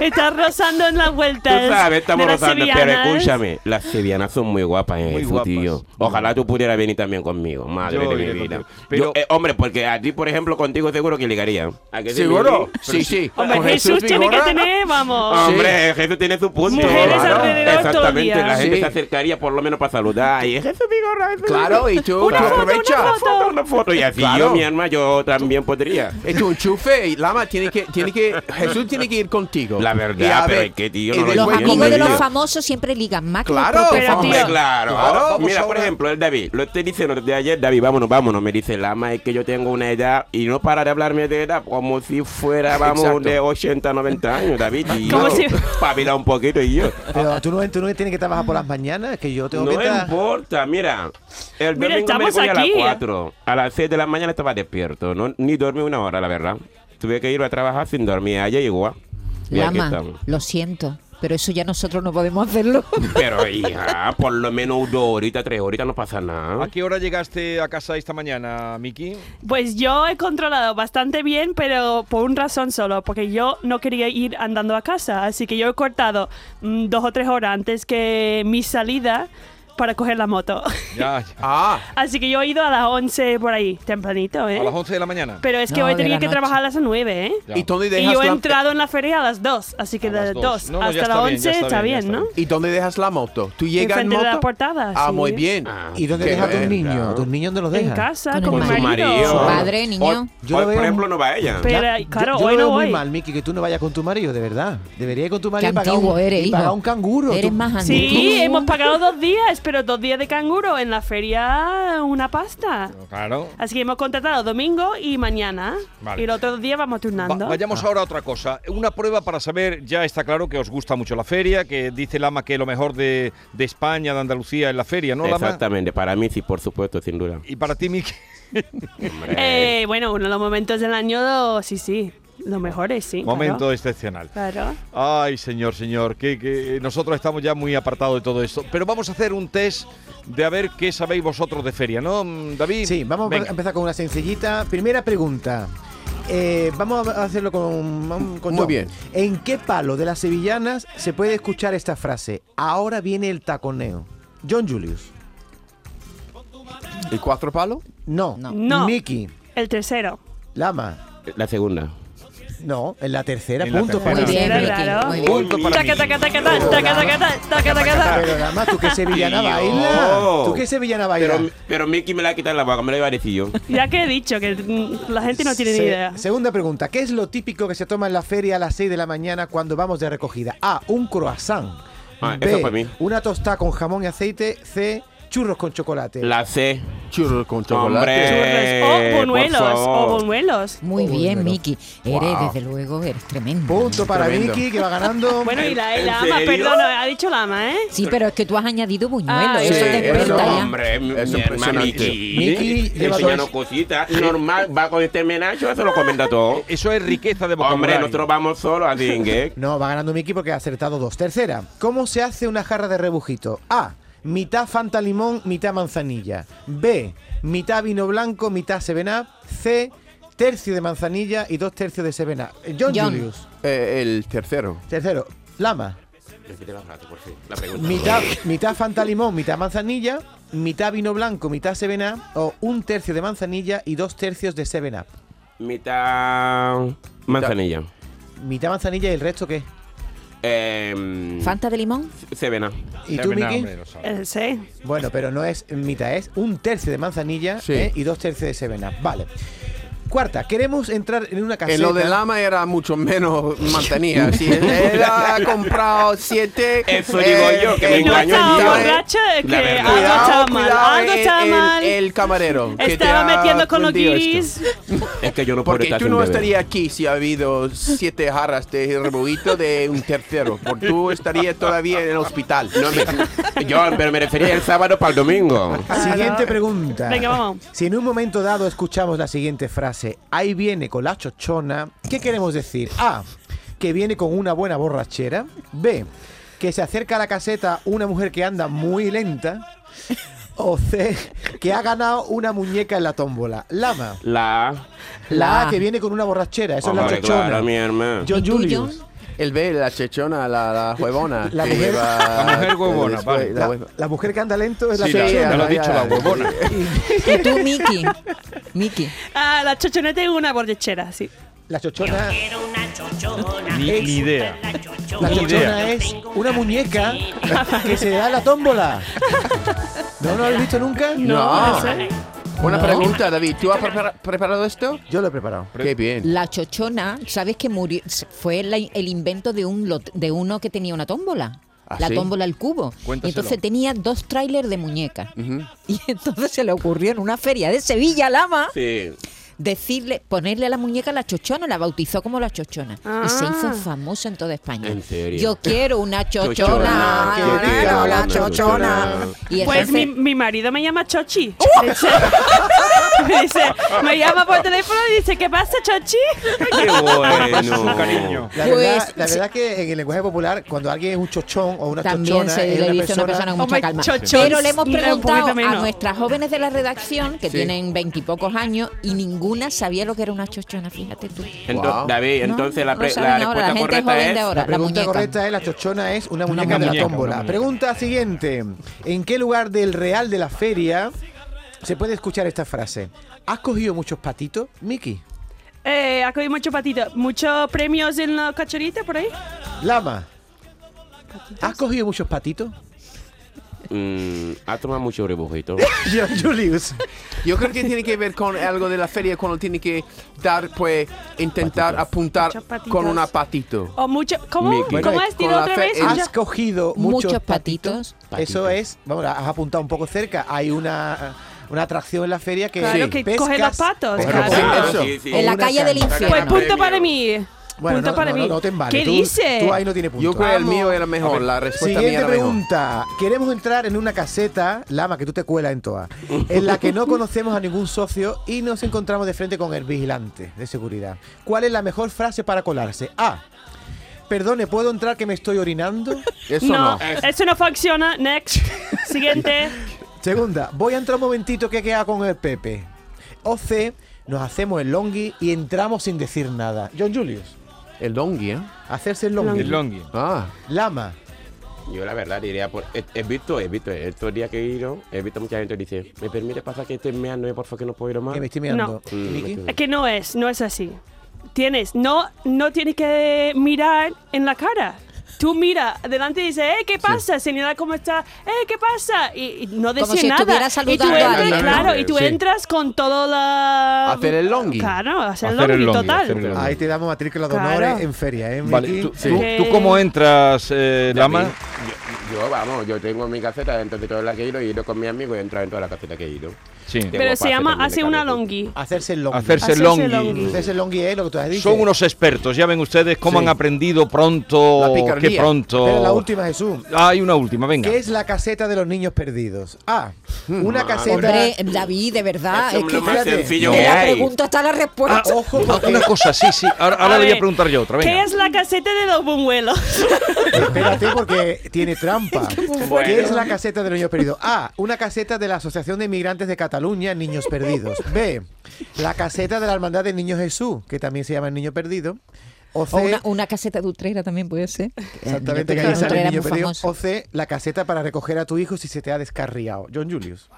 Speaker 4: Estás rozando en las
Speaker 6: Tú
Speaker 4: vueltas.
Speaker 6: sabes, estamos
Speaker 4: de las
Speaker 6: rozando, pero
Speaker 4: sevillanas.
Speaker 6: escúchame, las sevillanas son muy guapas en
Speaker 3: Muy
Speaker 6: eso,
Speaker 3: guapas.
Speaker 6: tío. Ojalá tú pudieras venir también conmigo, madre
Speaker 3: Yo
Speaker 6: de
Speaker 3: iré
Speaker 6: mi vida.
Speaker 3: contigo. Pero-
Speaker 6: Yo, eh, hombre, porque a ti, por ejemplo, contigo seguro que ligaría. ¿A que sí,
Speaker 7: ¿Seguro?
Speaker 6: Mimi?
Speaker 7: Sí, sí.
Speaker 4: Hombre,
Speaker 7: Con
Speaker 4: Jesús, tiene que
Speaker 7: Vigorra.
Speaker 4: tener, vamos.
Speaker 6: Hombre, Jesús tiene su punto.
Speaker 4: Mujeres
Speaker 6: Claro.
Speaker 4: alrededor todo el
Speaker 6: Exactamente,
Speaker 4: día.
Speaker 6: la gente
Speaker 7: Sí.
Speaker 6: se acercaría por lo menos para saludar. Y Jesús Vigorra, Jesús
Speaker 7: Claro, y tú,
Speaker 4: Una
Speaker 7: tú
Speaker 4: foto, una
Speaker 7: aprovechas.
Speaker 4: foto.
Speaker 6: Vigorra, una foto. Y así
Speaker 7: Claro.
Speaker 6: yo, mi alma, yo también podría.
Speaker 7: Es tu enchufe y Lama tiene que, tiene que, Jesús tiene que ir contigo.
Speaker 6: La
Speaker 7: Y
Speaker 6: verdad,
Speaker 7: a
Speaker 6: pero
Speaker 7: ver,
Speaker 6: es que, tío,
Speaker 7: y
Speaker 6: no lo
Speaker 8: Los
Speaker 7: después-
Speaker 6: entiendo,
Speaker 8: amigos de
Speaker 6: mi
Speaker 8: los
Speaker 6: vida.
Speaker 8: famosos siempre ligan más que los
Speaker 7: Claro,
Speaker 8: propios
Speaker 7: pero,
Speaker 8: famosos.
Speaker 6: Hombre,
Speaker 4: tío.
Speaker 6: claro.
Speaker 7: Ahora
Speaker 6: Ahora,
Speaker 7: vamos
Speaker 6: mira, por
Speaker 7: ahora.
Speaker 6: ejemplo, el David, lo estoy diciendo desde ayer, David, vámonos, vámonos. Me dice, Lama, es que yo tengo una edad y no para de hablarme de edad, como si fuera, vamos,
Speaker 7: Exacto.
Speaker 6: de 80, 90 años, David. Y
Speaker 4: Como
Speaker 6: yo,
Speaker 4: si-
Speaker 6: pabila un poquito y yo.
Speaker 5: Pero tú no, tú no tienes que trabajar por las mañanas, que yo tengo
Speaker 6: No
Speaker 5: que estar-
Speaker 6: importa, mira. El
Speaker 4: Mira,
Speaker 6: domingo me
Speaker 4: estamos
Speaker 6: fui a las
Speaker 4: aquí.
Speaker 6: 4. A las 6 de la mañana estaba despierto. No, ni dormí una hora, la verdad. Tuve que ir a trabajar sin dormir. Ayer igual. Y aquí
Speaker 8: Lama,
Speaker 6: estamos.
Speaker 8: lo siento, pero eso ya nosotros no podemos hacerlo.
Speaker 6: Pero hija, por lo menos dos horitas, tres horitas no pasa
Speaker 3: ¿A
Speaker 6: nada.
Speaker 3: qué hora llegaste a casa esta mañana, Miki?
Speaker 4: Pues yo he controlado bastante bien, pero por una razón solo, porque yo no quería ir andando a casa, así que yo he cortado mm, dos o tres horas antes que mi salida para coger la moto.
Speaker 3: Ya, ya.
Speaker 7: Ah,
Speaker 4: así que yo he ido a las 11 por ahí, tempranito,
Speaker 3: A
Speaker 4: ¿eh?
Speaker 3: las 11 de la mañana.
Speaker 4: Pero es que
Speaker 8: No,
Speaker 4: hoy
Speaker 8: de
Speaker 4: tenía
Speaker 8: la
Speaker 4: que
Speaker 8: noche.
Speaker 4: trabajar a las 9, ¿eh?
Speaker 3: Ya.
Speaker 7: y Tony
Speaker 4: Y
Speaker 7: dejas
Speaker 4: yo he
Speaker 7: la-
Speaker 4: entrado en la feria a las 2, así que
Speaker 3: A
Speaker 4: de
Speaker 3: las
Speaker 4: las
Speaker 3: 2.
Speaker 4: 2
Speaker 3: No, no, ya
Speaker 4: hasta
Speaker 3: está
Speaker 4: las
Speaker 3: bien,
Speaker 4: 11
Speaker 3: ya está
Speaker 4: está
Speaker 3: bien,
Speaker 4: bien,
Speaker 3: ya está
Speaker 4: ¿no?
Speaker 7: ¿Y dónde dejas la moto? ¿Tú llegas en
Speaker 4: Enfrente
Speaker 7: moto?
Speaker 4: de la portada.
Speaker 7: ah,
Speaker 4: sí.
Speaker 7: muy bien.
Speaker 6: Ah,
Speaker 5: ¿Y dónde
Speaker 7: Qué
Speaker 5: dejas a tus
Speaker 7: bien,
Speaker 5: niños?
Speaker 7: claro.
Speaker 5: ¿Tus niños dónde los
Speaker 4: En
Speaker 5: dejas?
Speaker 4: casa,
Speaker 8: Con
Speaker 4: con mi
Speaker 8: el
Speaker 6: Su
Speaker 4: marido.
Speaker 6: marido.
Speaker 8: Su padre, niño.
Speaker 6: Hoy-
Speaker 5: Yo
Speaker 6: hoy,
Speaker 5: lo
Speaker 6: por
Speaker 5: veo-
Speaker 6: ejemplo, no va ella.
Speaker 4: Pero,
Speaker 5: Ya,
Speaker 4: eh, claro,
Speaker 5: yo, yo
Speaker 4: hoy
Speaker 5: lo veo
Speaker 4: no
Speaker 5: muy
Speaker 4: voy.
Speaker 5: mal, Miki, que tú no vayas con tu marido, de verdad. Debería ir con tu
Speaker 8: Qué
Speaker 5: marido y pagar
Speaker 8: antiguo
Speaker 5: un,
Speaker 8: eres,
Speaker 5: y
Speaker 8: hijo.
Speaker 5: pagar un canguro.
Speaker 8: Eres
Speaker 5: tú.
Speaker 8: más antiguo.
Speaker 4: Sí, hemos pagado dos días, pero dos días de canguro. En la feria, una pasta.
Speaker 3: Claro.
Speaker 4: Así que hemos contratado domingo y mañana.
Speaker 3: Vale.
Speaker 4: Y los otros días vamos
Speaker 3: Va-
Speaker 4: turnando.
Speaker 3: vayamos ahora a otra cosa. Una prueba para saber, ya está claro que os gusta mucho la feria, que dice Lama que lo mejor de, de España, de Andalucía, es la feria, ¿no, Lama?
Speaker 6: Exactamente, para mí sí, por supuesto, sin duda.
Speaker 3: Y para ti, Miki.
Speaker 6: Hombre.
Speaker 4: Eh, bueno, uno de los momentos del año, sí, sí. Los mejores, sí. claro.
Speaker 3: Momento excepcional.
Speaker 4: Claro.
Speaker 3: Ay, señor, señor, que, que nosotros estamos ya muy apartados de todo esto. Pero vamos a hacer un test de a ver qué sabéis vosotros de feria, ¿no, mm, David?
Speaker 5: Sí, vamos
Speaker 3: Venga.
Speaker 5: a empezar con una sencillita. Primera pregunta. Eh, vamos a hacerlo con, con
Speaker 7: Muy
Speaker 5: John.
Speaker 7: bien.
Speaker 5: ¿En qué palo de las sevillanas se puede escuchar esta frase? Ahora viene el taconeo. John Julius.
Speaker 7: ¿Y cuatro palos?
Speaker 5: No.
Speaker 8: No.
Speaker 4: No.
Speaker 5: Miki.
Speaker 4: El tercero.
Speaker 5: Lama.
Speaker 6: La segunda.
Speaker 5: No. En la tercera.
Speaker 3: En la
Speaker 5: punto
Speaker 3: tercera.
Speaker 8: Muy
Speaker 5: para
Speaker 8: bien,
Speaker 5: ti.
Speaker 4: Era
Speaker 8: Ricky,
Speaker 4: raro.
Speaker 8: muy bien.
Speaker 3: Punto para mí.
Speaker 4: Taca, taca, taca, taca, taca, taca, taca, taca, taca.
Speaker 5: Pero Lama, ¿tú qué sevillana
Speaker 6: Tío.
Speaker 5: bailas? ¿Tú qué sevillana bailas?
Speaker 6: Pero, pero Mickey me la ha quitado en la boca, me lo iba a decir yo.
Speaker 4: Ya que he dicho que mm, la gente no tiene ni
Speaker 5: Se-
Speaker 4: idea.
Speaker 5: Segunda pregunta. ¿Qué es lo típico que se toma en la feria a las 6 de la mañana cuando vamos de recogida? A. Un croissant.
Speaker 6: Ah,
Speaker 5: B.
Speaker 6: eso para mí.
Speaker 5: Una tostada con jamón y aceite. C. Churros con chocolate.
Speaker 6: La C.
Speaker 7: Churros con
Speaker 6: Hombre. Eh,
Speaker 4: Churros. O
Speaker 6: por
Speaker 4: buñuelos. O
Speaker 6: favor.
Speaker 4: buñuelos.
Speaker 8: Muy bien,
Speaker 5: bueno.
Speaker 8: Miki. Eres, desde luego, eres tremendo.
Speaker 5: Punto para
Speaker 7: Tremendo.
Speaker 5: Vicky, que va ganando.
Speaker 4: Bueno, y la, y la
Speaker 6: ¿En
Speaker 4: ama,
Speaker 6: serio?
Speaker 4: perdón, ha dicho la ama, ¿eh?
Speaker 8: Sí, pero es que tú has añadido buñuelos.
Speaker 4: Ah,
Speaker 8: eso
Speaker 4: sí,
Speaker 8: te
Speaker 4: eso,
Speaker 8: cuenta ya.
Speaker 6: Eh, hombre, mi,
Speaker 7: Es
Speaker 6: mi hermano
Speaker 7: impresionante.
Speaker 6: Mickey.
Speaker 5: Mickey lleva
Speaker 6: enseñando
Speaker 5: dos-
Speaker 6: cositas. Normal, va con este menacho, eso lo comenta todo.
Speaker 3: Eso es riqueza de
Speaker 6: Hombre,
Speaker 3: vocabulario.
Speaker 6: nosotros vamos solos a Dingue.
Speaker 5: No, va ganando Miki porque ha acertado dos. Tercera. ¿Cómo se hace una jarra de rebujito? A. Mitad Fanta Limón, mitad manzanilla. B. Mitad vino blanco, mitad Seven Up. C. Tercio de manzanilla y dos tercios de Seven Up. John,
Speaker 8: John.
Speaker 5: Julius.
Speaker 7: Eh, el tercero.
Speaker 5: Tercero. Lama.
Speaker 6: Repítelo un rato, por fin, la pregunta.
Speaker 5: Mitad, mitad Fanta Limón, mitad manzanilla. Mitad vino blanco, mitad Seven Up. O un tercio de manzanilla y dos tercios de Seven Up.
Speaker 6: Mitad manzanilla.
Speaker 5: Mitad manzanilla y el resto qué?
Speaker 6: Eh,
Speaker 8: ¿Fanta de limón?
Speaker 6: Sevena.
Speaker 5: ¿Y tú, Miki?
Speaker 4: Eh, sí.
Speaker 5: Bueno, pero no es mitad, es un tercio de manzanilla
Speaker 7: Sí.
Speaker 5: ¿eh? y dos tercios de sevena. Vale. Cuarta, queremos entrar en una caseta.
Speaker 7: En lo de lama era mucho menos mantenía. Si él ha comprado siete. eh,
Speaker 6: Eso digo yo, que me
Speaker 4: No
Speaker 6: engañó
Speaker 4: estaba
Speaker 6: el tío, eh.
Speaker 4: borracha, es que
Speaker 6: La
Speaker 4: algo
Speaker 6: verdad. eh,
Speaker 4: estaba mal,
Speaker 7: cuidado,
Speaker 4: algo
Speaker 7: el-
Speaker 4: estaba
Speaker 7: el-
Speaker 4: mal.
Speaker 7: El, camarero. que te
Speaker 4: Estaba
Speaker 7: ha
Speaker 4: metiendo con los
Speaker 7: vendido
Speaker 4: guiris.
Speaker 7: esto.
Speaker 6: Es que yo no puedo
Speaker 7: Porque
Speaker 6: estar
Speaker 7: tú
Speaker 6: sin
Speaker 7: no
Speaker 6: beber.
Speaker 7: estarías aquí si ha habido siete jarras de rebujito de un tercero. Porque tú estarías todavía en el hospital.
Speaker 6: No, me- yo, pero me refería el sábado para el domingo.
Speaker 5: Siguiente pregunta.
Speaker 4: Venga, vamos.
Speaker 5: Si en un momento dado escuchamos la siguiente frase, ahí viene con la chochona, ¿qué queremos decir? A, que viene con una buena borrachera. B, que se acerca a la caseta una mujer que anda muy lenta. O C, que ha ganado una muñeca en la tómbola. Lama.
Speaker 6: La.
Speaker 5: La A,
Speaker 8: La.
Speaker 5: que viene con una borrachera. Eso
Speaker 6: Hombre,
Speaker 5: es la chochona.
Speaker 6: claro, mi hermano.
Speaker 5: John
Speaker 8: ¿Y tú,
Speaker 5: Julius.
Speaker 8: John?
Speaker 7: El B, la chechona, la, la huevona.
Speaker 5: La
Speaker 7: que
Speaker 5: mujer-
Speaker 7: lleva-
Speaker 3: La mujer huevona, vale.
Speaker 7: la
Speaker 5: La,
Speaker 7: hueva-
Speaker 5: la mujer que anda lento es la
Speaker 3: Sí,
Speaker 7: la-
Speaker 5: chochona.
Speaker 3: ya lo has
Speaker 7: ya,
Speaker 3: dicho,
Speaker 7: ya.
Speaker 3: la huevona.
Speaker 8: ¿Y tú, Miki? Miki.
Speaker 4: Ah, la chochoneta y una borrachera, sí.
Speaker 5: La chochona,
Speaker 3: Ni, ni idea.
Speaker 5: la
Speaker 3: Ni
Speaker 5: chochona
Speaker 3: idea.
Speaker 5: es una muñeca que se da la tómbola. ¿No lo habéis visto nunca? Ah,
Speaker 7: No.
Speaker 4: no sé.
Speaker 7: Buena
Speaker 8: No.
Speaker 7: pregunta, David. ¿Tú has prepara- preparado esto?
Speaker 5: Yo lo he preparado.
Speaker 7: Qué bien.
Speaker 8: La chochona, ¿sabes que murió? Fue la- el invento de, un lot- de uno que tenía una tómbola.
Speaker 7: ¿Ah,
Speaker 8: la
Speaker 7: sí?
Speaker 8: tómbola al cubo.
Speaker 3: Cuéntaselo.
Speaker 8: Y entonces tenía dos trailers de muñecas. Y entonces se le ocurrió en una feria de Sevilla, Lama,
Speaker 6: Sí.
Speaker 8: decirle, ponerle a la muñeca la chochona, la bautizó como la chochona. Y se hizo
Speaker 4: Ah.
Speaker 8: famosa en toda España.
Speaker 6: ¿En serio?
Speaker 8: Yo quiero una chochona,
Speaker 6: Chochona,
Speaker 8: yo
Speaker 6: yo
Speaker 8: quiero
Speaker 6: quiero
Speaker 8: la
Speaker 6: una
Speaker 8: chochona.
Speaker 6: chochona.
Speaker 8: Y
Speaker 4: Pues mi,
Speaker 8: entonces,
Speaker 4: mi marido me llama Chochi.
Speaker 6: ¡Uh!
Speaker 4: Me dice- me dice, me llama por teléfono y dice, ¿qué pasa, Chochi?
Speaker 6: Qué
Speaker 3: Es un
Speaker 6: bueno.
Speaker 3: cariño.
Speaker 5: La,
Speaker 8: Pues,
Speaker 5: verdad, la
Speaker 8: sí.
Speaker 5: verdad que en el lenguaje popular, cuando alguien es un chochón o una
Speaker 8: También
Speaker 5: chochona,
Speaker 8: se
Speaker 5: es
Speaker 8: le dice a ¿eh? una persona con mucha
Speaker 4: Hombre,
Speaker 8: calma.
Speaker 4: chochos,
Speaker 8: Pero le hemos
Speaker 4: un poquito
Speaker 8: preguntado a
Speaker 4: menos.
Speaker 8: nuestras jóvenes de la redacción, que tienen veintipocos años, y ninguna sabía lo que era una chochona, fíjate tú.
Speaker 6: Ento-
Speaker 7: Wow.
Speaker 6: David,
Speaker 8: No,
Speaker 6: entonces la,
Speaker 8: no
Speaker 6: pre-
Speaker 8: saben
Speaker 6: la
Speaker 8: ahora,
Speaker 6: respuesta
Speaker 8: la gente
Speaker 6: correcta
Speaker 8: joven de
Speaker 6: es.
Speaker 8: ahora.
Speaker 5: La pregunta
Speaker 8: muñeca.
Speaker 5: correcta es la chochona es una muñeca de la
Speaker 3: muñeca,
Speaker 5: tómbola.
Speaker 3: una muñeca.
Speaker 5: Pregunta siguiente. ¿En qué lugar del Real de la Feria se puede escuchar esta frase? ¿Has cogido muchos patitos, Miki?
Speaker 4: Eh, ha cogido mucho patito. ¿Muchos premios en la cachorita por ahí?
Speaker 5: Lama. ¿Has cogido muchos patitos?
Speaker 6: mm, ha tomado mucho rebujito.
Speaker 5: Yo, Julius.
Speaker 7: Yo creo que tiene que ver con algo de la feria cuando tiene que dar, pues, intentar apuntar
Speaker 4: Muchas patitas.
Speaker 7: con una patito.
Speaker 4: ¿O mucho? ¿Cómo?
Speaker 6: Mickey.
Speaker 4: ¿Cómo
Speaker 7: Bueno,
Speaker 4: es?
Speaker 7: con
Speaker 4: Dilo
Speaker 7: la
Speaker 4: otra
Speaker 7: fe-
Speaker 4: vez.
Speaker 7: Ah,
Speaker 4: Ya.
Speaker 5: ¿Has cogido muchos,
Speaker 8: Muchos
Speaker 5: patitos?
Speaker 8: patitos.
Speaker 5: Eso es, vamos, has apuntado un poco cerca. Hay una, una atracción en la feria que.
Speaker 4: Claro,
Speaker 7: Sí.
Speaker 4: que coge los patos, claro.
Speaker 5: pescas con-
Speaker 7: Sí,
Speaker 6: Ah,
Speaker 7: eso.
Speaker 6: sí, sí.
Speaker 8: En la
Speaker 5: Una
Speaker 8: calle del
Speaker 5: cara.
Speaker 8: infierno.
Speaker 4: Pues
Speaker 6: Premio.
Speaker 4: punto para mí.
Speaker 5: Bueno,
Speaker 4: punto
Speaker 5: no,
Speaker 4: para
Speaker 5: no,
Speaker 4: mí.
Speaker 5: no, no te embales.
Speaker 4: ¿Qué
Speaker 5: Tú-
Speaker 4: dices?
Speaker 5: Tú ahí no tienes punto.
Speaker 7: Yo creo que el
Speaker 4: Vamos.
Speaker 7: mío era mejor, la respuesta mía
Speaker 5: Siguiente
Speaker 7: era mejor.
Speaker 5: pregunta. Queremos entrar en una caseta, Lama, que tú te cuelas en toa, en la que no conocemos a ningún socio y nos encontramos de frente con el vigilante de seguridad. ¿Cuál es la mejor frase para colarse? A. Perdone, ¿puedo entrar que me estoy orinando?
Speaker 7: Eso
Speaker 4: No,
Speaker 7: no.
Speaker 4: eso no funciona. Next. Siguiente.
Speaker 5: Segunda, voy a entrar un momentito que he quedado con el Pepe. O C. Nos hacemos el longi y entramos sin decir nada. John Julius.
Speaker 7: El dongui, ¿eh?
Speaker 5: Hacerse el
Speaker 3: El
Speaker 5: longi.
Speaker 3: longi.
Speaker 7: Ah.
Speaker 5: Lama.
Speaker 6: Yo la verdad diría, por, he, he visto, he visto, estos días que he ido, he visto mucha gente que dice, ¿me permite pasar que estoy meando? eh, Por favor, que no puedo ir más.
Speaker 5: Que me estoy mirando.
Speaker 6: No.
Speaker 5: ¿Y Vicky?
Speaker 4: Es que no es, no es así. Tienes, no, no tienes que mirar en la cara. Tú mira adelante y dices, eh, ¿qué pasa, señora? ¿Cómo está? Eh, ¿qué pasa? Y, y no decir
Speaker 8: Como si
Speaker 4: nada.
Speaker 8: estuviera
Speaker 4: y tú
Speaker 8: saludando a
Speaker 4: entras,
Speaker 8: alguien.
Speaker 4: claro, y tú
Speaker 7: Sí.
Speaker 4: entras con todo la...
Speaker 7: Hacer el longi.
Speaker 4: Claro, hacer el
Speaker 3: Hacer el
Speaker 4: longi,
Speaker 3: longi,
Speaker 4: total.
Speaker 3: hacer el longi.
Speaker 5: Ahí te damos matrícula de
Speaker 4: Claro.
Speaker 5: honores en feria, ¿eh?
Speaker 3: Vale,
Speaker 5: Miki?
Speaker 3: ¿tú,
Speaker 7: Sí.
Speaker 3: tú- tú cómo entras, eh, Lama?
Speaker 6: Yo, yo, vamos, yo tengo mi caseta dentro de toda la que he ido, he ido con mi amigo y he entrado en toda la caseta que he ido.
Speaker 3: Sí.
Speaker 4: Pero se
Speaker 6: Guapa,
Speaker 4: llama
Speaker 6: hacer el
Speaker 4: hace una
Speaker 6: mecanismo.
Speaker 4: longi.
Speaker 5: Hacerse el longi.
Speaker 3: Hacerse,
Speaker 4: Hacerse
Speaker 3: longi.
Speaker 4: longi.
Speaker 5: Hacerse el longi es lo que tú has dicho.
Speaker 3: Son unos expertos, ya ven ustedes cómo
Speaker 5: Sí.
Speaker 3: han aprendido pronto,
Speaker 7: La picardía.
Speaker 3: qué pronto.
Speaker 5: Pero la última, Jesús.
Speaker 3: Hay una última, venga.
Speaker 5: ¿Qué es la caseta de los niños perdidos? A. Una
Speaker 6: Madre.
Speaker 5: caseta.
Speaker 8: Hombre, David, de verdad,
Speaker 6: Eso
Speaker 8: es
Speaker 6: es
Speaker 8: que
Speaker 6: lo más
Speaker 8: espérate,
Speaker 6: sencillo
Speaker 8: de
Speaker 6: que
Speaker 8: la
Speaker 6: hay.
Speaker 8: pregunta está la
Speaker 5: Ah,
Speaker 8: respuesta.
Speaker 5: ojo,
Speaker 3: Ah,
Speaker 5: porque-
Speaker 3: una cosa, sí, sí. Ahora, ahora
Speaker 4: A
Speaker 3: le voy a
Speaker 4: ver,
Speaker 3: preguntar yo otra, venga.
Speaker 4: ¿Qué es la caseta de los buñuelos?
Speaker 5: espérate porque tiene trampa.
Speaker 6: Bueno.
Speaker 5: ¿Qué es la caseta de los niños perdidos? A. Una caseta de la Asociación de Inmigrantes de Cataluña, Niños Perdidos. B. La caseta de la Hermandad del Niño Jesús, que también se llama el Niño Perdido. O C.
Speaker 8: O una, una caseta de Utrera también puede ser.
Speaker 4: Eh,
Speaker 5: Exactamente, que ahí
Speaker 8: Utrera
Speaker 5: sale el
Speaker 8: era
Speaker 5: niño
Speaker 8: muy
Speaker 5: perdido.
Speaker 8: famoso.
Speaker 5: O C, la caseta para recoger a tu hijo si se te ha descarriado. John Julius.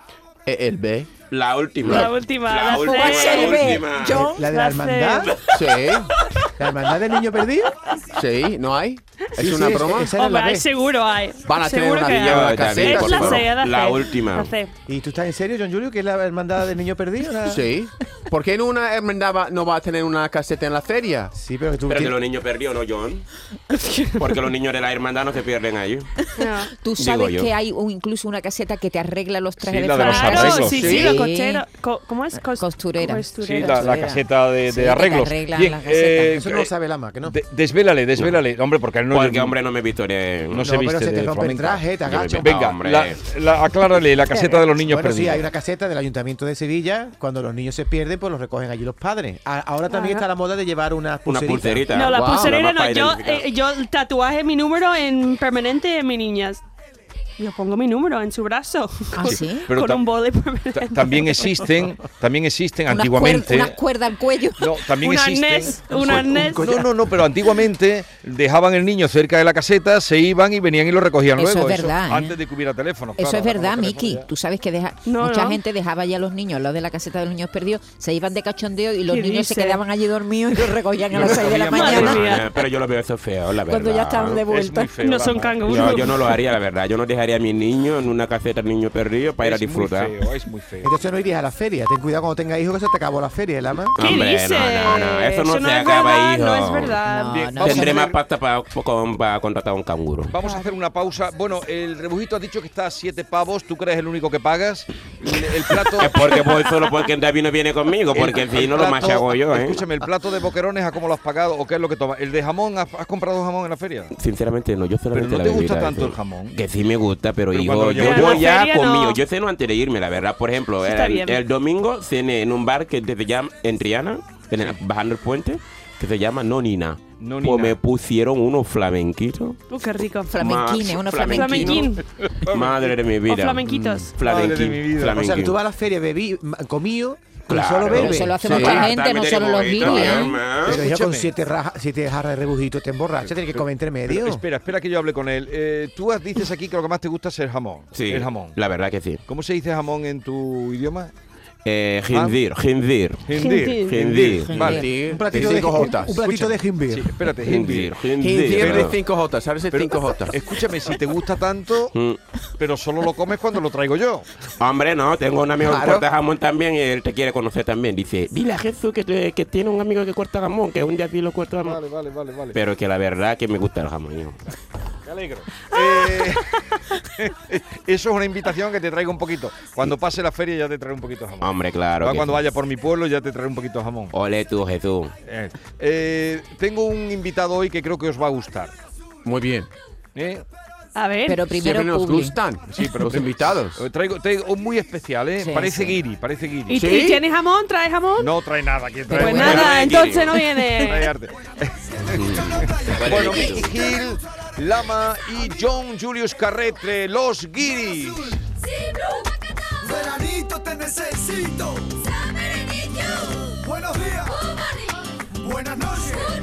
Speaker 7: Eh, El B.
Speaker 6: E, La última.
Speaker 4: La última,
Speaker 6: La
Speaker 4: la
Speaker 6: última.
Speaker 4: C.
Speaker 6: La última.
Speaker 8: Yo-
Speaker 5: Eh, La de la
Speaker 4: La C.
Speaker 5: hermandad.
Speaker 7: Sí.
Speaker 5: ¿La hermandad del niño perdido?
Speaker 7: Sí, ¿no hay? ¿Es
Speaker 5: Sí,
Speaker 7: una
Speaker 5: sí,
Speaker 7: broma?
Speaker 5: esa era la
Speaker 4: Hombre, hay
Speaker 5: B.
Speaker 4: seguro hay.
Speaker 7: Van a tener
Speaker 4: Seguro
Speaker 7: una
Speaker 4: que
Speaker 7: villa
Speaker 4: hay.
Speaker 7: de
Speaker 6: David,
Speaker 7: caseta,
Speaker 4: Es la
Speaker 7: por
Speaker 6: favor.
Speaker 4: C,
Speaker 6: La
Speaker 4: C.
Speaker 6: última.
Speaker 4: La C.
Speaker 5: ¿Y tú estás en serio, John Julio, que es la hermandad del niño perdido? La-
Speaker 7: Sí. ¿Por qué en una hermandad va- no va a tener una caseta en la feria?
Speaker 5: Sí, pero que tú...
Speaker 6: Pero que
Speaker 5: tienes-
Speaker 6: los niños perdidos, ¿no, John? Porque los niños de la hermandad no se pierden ahí.
Speaker 4: No.
Speaker 8: Tú
Speaker 6: Digo
Speaker 8: sabes
Speaker 6: yo.
Speaker 8: que hay un- incluso una caseta que te arregla los trajes
Speaker 3: la de los
Speaker 8: flamenco.
Speaker 4: Claro,
Speaker 3: arreglos.
Speaker 4: sí, sí,
Speaker 7: Sí.
Speaker 4: los costeros. Co- ¿Cómo es? Cos-
Speaker 8: Costurera.
Speaker 3: Sí,
Speaker 4: costurera.
Speaker 3: la, la
Speaker 8: Costurera.
Speaker 3: caseta de, de
Speaker 8: Sí, que te
Speaker 3: arreglos.
Speaker 8: arreglan
Speaker 3: Bien, eh,
Speaker 8: la caseta.
Speaker 5: Eso no lo sabe Lama, que no.
Speaker 3: de- desvélale, desvélale. Hombre, porque él no
Speaker 6: Porque, hombre, no me victoré.
Speaker 3: no
Speaker 5: no,
Speaker 3: se viste
Speaker 5: pero se te
Speaker 3: de
Speaker 5: rompe el
Speaker 3: flamenca.
Speaker 5: traje, te agacha.
Speaker 3: Ah, Venga,
Speaker 6: hombre.
Speaker 3: la, la- aclárale la caseta de los niños
Speaker 5: Bueno, sí,
Speaker 3: perdidos.
Speaker 5: hay una caseta del Ayuntamiento de Sevilla. Cuando los niños se pierden, pues los recogen allí los padres. A- Ahora también
Speaker 4: Ajá.
Speaker 5: está la moda de llevar unas
Speaker 6: Una
Speaker 5: pulseritas.
Speaker 6: pulserita.
Speaker 4: No, la
Speaker 7: Wow.
Speaker 4: pulserera
Speaker 6: Nada
Speaker 4: no.
Speaker 6: más
Speaker 4: Yo,
Speaker 6: para identificar.
Speaker 4: eh, yo tatuaje mi número en permanente en mi niñas. Yo pongo mi número en su brazo.
Speaker 8: Ah,
Speaker 4: con,
Speaker 8: sí.
Speaker 3: Pero
Speaker 4: con
Speaker 3: tam-
Speaker 4: un boli
Speaker 3: Ta-
Speaker 4: permanente.
Speaker 3: También existen, también existen
Speaker 8: Unas
Speaker 3: antiguamente.
Speaker 8: cuer- Unas cuerdas al cuello.
Speaker 3: No, también
Speaker 4: Un
Speaker 3: existen.
Speaker 4: arnés, un arnés.
Speaker 3: No, no, no, pero antiguamente dejaban el niño cerca de la caseta, se iban y venían y lo recogían
Speaker 8: Eso
Speaker 3: luego.
Speaker 8: es verdad, ¿eh?
Speaker 3: Antes de que hubiera teléfono.
Speaker 8: Eso
Speaker 3: claro,
Speaker 8: es verdad,
Speaker 3: ahora con los
Speaker 8: Miki.
Speaker 3: teléfonos
Speaker 8: Tú sabes que deja,
Speaker 4: No,
Speaker 8: mucha
Speaker 4: no.
Speaker 8: gente dejaba ya a los niños al lado de la caseta de los niños perdidos, se iban de cachondeo y los
Speaker 4: ¿Qué
Speaker 8: niños se
Speaker 4: dice?
Speaker 8: quedaban allí dormidos y los recogían a
Speaker 3: Los
Speaker 8: las 6 de la
Speaker 3: recogían,
Speaker 8: mañana.
Speaker 4: madre
Speaker 6: Ah, Pero yo lo veo eso feo, la verdad.
Speaker 8: Cuando ya estaban de
Speaker 3: ya. Es
Speaker 8: vuelta.
Speaker 3: muy feo,
Speaker 4: No son
Speaker 3: vamos.
Speaker 4: canguros.
Speaker 6: Yo, yo no lo haría, la verdad. Yo no dejaría a mis niños en una caseta de niño perdido para ir a
Speaker 3: Es muy
Speaker 6: disfrutar.
Speaker 3: feo, es muy feo.
Speaker 5: Entonces no irías a la feria. Ten cuidado cuando tengas hijos que se te acabó la feria, Lama.
Speaker 4: ¿Qué
Speaker 6: Hombre,
Speaker 4: dices?
Speaker 6: No, no, no. Eso no se acaba,
Speaker 4: verdad,
Speaker 6: hijo.
Speaker 4: No es verdad.
Speaker 8: No,
Speaker 3: Bien,
Speaker 8: no,
Speaker 3: vamos a
Speaker 6: Tendré
Speaker 8: eso no-
Speaker 6: más pasta para, para contratar a un canguro.
Speaker 3: Vamos a hacer una pausa. Bueno, el rebujito ha dicho que está a siete pavos. ¿Tú crees el único que pagas? El, el plato.
Speaker 6: Es porque voy solo porque David no viene conmigo, porque
Speaker 3: el-
Speaker 6: si
Speaker 3: el
Speaker 6: no lo
Speaker 3: plato-
Speaker 6: machago yo, ¿eh?
Speaker 3: Escúchame, el plato de boquerones, ¿a cómo lo has pagado o qué es lo que tomas? ¿El de jamón? ¿Has, has comprado jamón en la feria?
Speaker 6: Sinceramente no, yo solamente
Speaker 3: Pero no
Speaker 6: la
Speaker 3: te gusta
Speaker 6: bebida,
Speaker 3: tanto
Speaker 6: sí.
Speaker 3: el jamón.
Speaker 6: Que sí me gusta, pero,
Speaker 3: Pero cuando lo
Speaker 6: hijo, yo
Speaker 3: llevas a
Speaker 6: voy
Speaker 4: la
Speaker 6: ya
Speaker 4: feria,
Speaker 6: conmigo.
Speaker 4: no.
Speaker 6: Yo ceno antes de irme, la verdad. Por ejemplo,
Speaker 4: Sí, está
Speaker 6: el,
Speaker 4: bien.
Speaker 6: el domingo cené en un bar que desde ya en Triana, en el- bajando el puente, que se llama Nonina.
Speaker 3: Nonina.
Speaker 6: Pues me pusieron unos flamenquitos.
Speaker 4: Uh, qué rico.
Speaker 8: Flamenquine,
Speaker 6: Más
Speaker 8: unos
Speaker 4: Pues
Speaker 6: flamenquino.
Speaker 8: flamenquines.
Speaker 4: Flamenquín.
Speaker 6: Madre de mi vida.
Speaker 4: flamenquitos.
Speaker 6: Mm, flamenquín,
Speaker 3: Madre de mi vida.
Speaker 5: O sea, que
Speaker 6: flamenquín.
Speaker 5: tú vas a la feria, bebí, ma- comío,
Speaker 6: Claro.
Speaker 5: y solo
Speaker 8: Pero
Speaker 5: bebes.
Speaker 8: eso lo hace
Speaker 5: Sí.
Speaker 8: mucha
Speaker 6: Ah,
Speaker 8: gente,
Speaker 6: también
Speaker 8: no
Speaker 6: tiene
Speaker 8: solo los
Speaker 6: bobito,
Speaker 8: guiris. ¿eh?
Speaker 6: hermano.
Speaker 5: Pero ya
Speaker 3: Escúchame.
Speaker 5: con siete, raja- siete jarras de rebujito te emborrachas, tienes que comer entre medio.
Speaker 3: Pero espera, espera que yo hable con él. Eh, tú has- dices aquí que lo que más te gusta es el jamón.
Speaker 6: Sí,
Speaker 3: El jamón.
Speaker 6: La verdad que sí.
Speaker 3: ¿Cómo se dice jamón en tu idioma?
Speaker 6: Eh, Jindir, Jindir.
Speaker 4: Hindir.
Speaker 6: Jindir.
Speaker 3: Vale.
Speaker 7: Sí,
Speaker 5: un platito de,
Speaker 7: cinco
Speaker 5: un,
Speaker 7: jotas.
Speaker 5: un platito de jimbir.
Speaker 3: Sí, espérate,
Speaker 6: Jindir,
Speaker 3: hindir.
Speaker 7: Quince de
Speaker 6: Jindir.
Speaker 7: 5 J, ¿sabes? de
Speaker 3: Pero-
Speaker 7: 5 J.
Speaker 3: Escúchame, si te gusta tanto,
Speaker 6: Mm.
Speaker 3: pero solo lo comes cuando lo traigo yo.
Speaker 6: Hombre, no, tengo un amigo que
Speaker 7: Claro.
Speaker 6: corta jamón también y él te quiere conocer también. Dice, dile a Jesús que, te- que tiene un amigo que corta jamón, que un día sí lo corta jamón.
Speaker 3: Vale, vale, vale, vale.
Speaker 6: Pero que la verdad que me gusta el jamón, hijo.
Speaker 3: Me alegro. Eh, eso es una invitación que te traigo un poquito. Cuando pase la feria ya te traeré un poquito de jamón.
Speaker 6: Hombre, claro.
Speaker 3: Va,
Speaker 6: que
Speaker 3: cuando
Speaker 6: sí.
Speaker 3: vaya por mi pueblo ya te traeré un poquito de jamón.
Speaker 6: Ole tú, Jesús.
Speaker 3: Eh, eh, tengo un invitado hoy que creo que os va a gustar.
Speaker 7: Muy bien.
Speaker 3: ¿eh?
Speaker 4: A ver.
Speaker 8: Pero primero
Speaker 7: Siempre nos
Speaker 8: Publi.
Speaker 7: gustan
Speaker 3: Sí, pero
Speaker 7: los
Speaker 3: prim-
Speaker 7: invitados.
Speaker 3: Eh, Traigo, traigo un muy especial, ¿eh?
Speaker 8: Sí, sí.
Speaker 3: parece guiri, parece guiri.
Speaker 4: ¿Y,
Speaker 7: ¿Sí?
Speaker 4: y tienes jamón? ¿Traes jamón?
Speaker 3: No trae nada. ¿quién trae
Speaker 4: Pues
Speaker 8: Bueno,
Speaker 4: nada, eh.
Speaker 6: bueno,
Speaker 4: entonces
Speaker 6: Guiri.
Speaker 4: no
Speaker 3: Trae
Speaker 4: viene.
Speaker 3: arte. Bueno, Mickey Hill, Lama y John Julius Carretre, los guiris.
Speaker 9: Veranito te necesito. Buenos días. Buenas noches.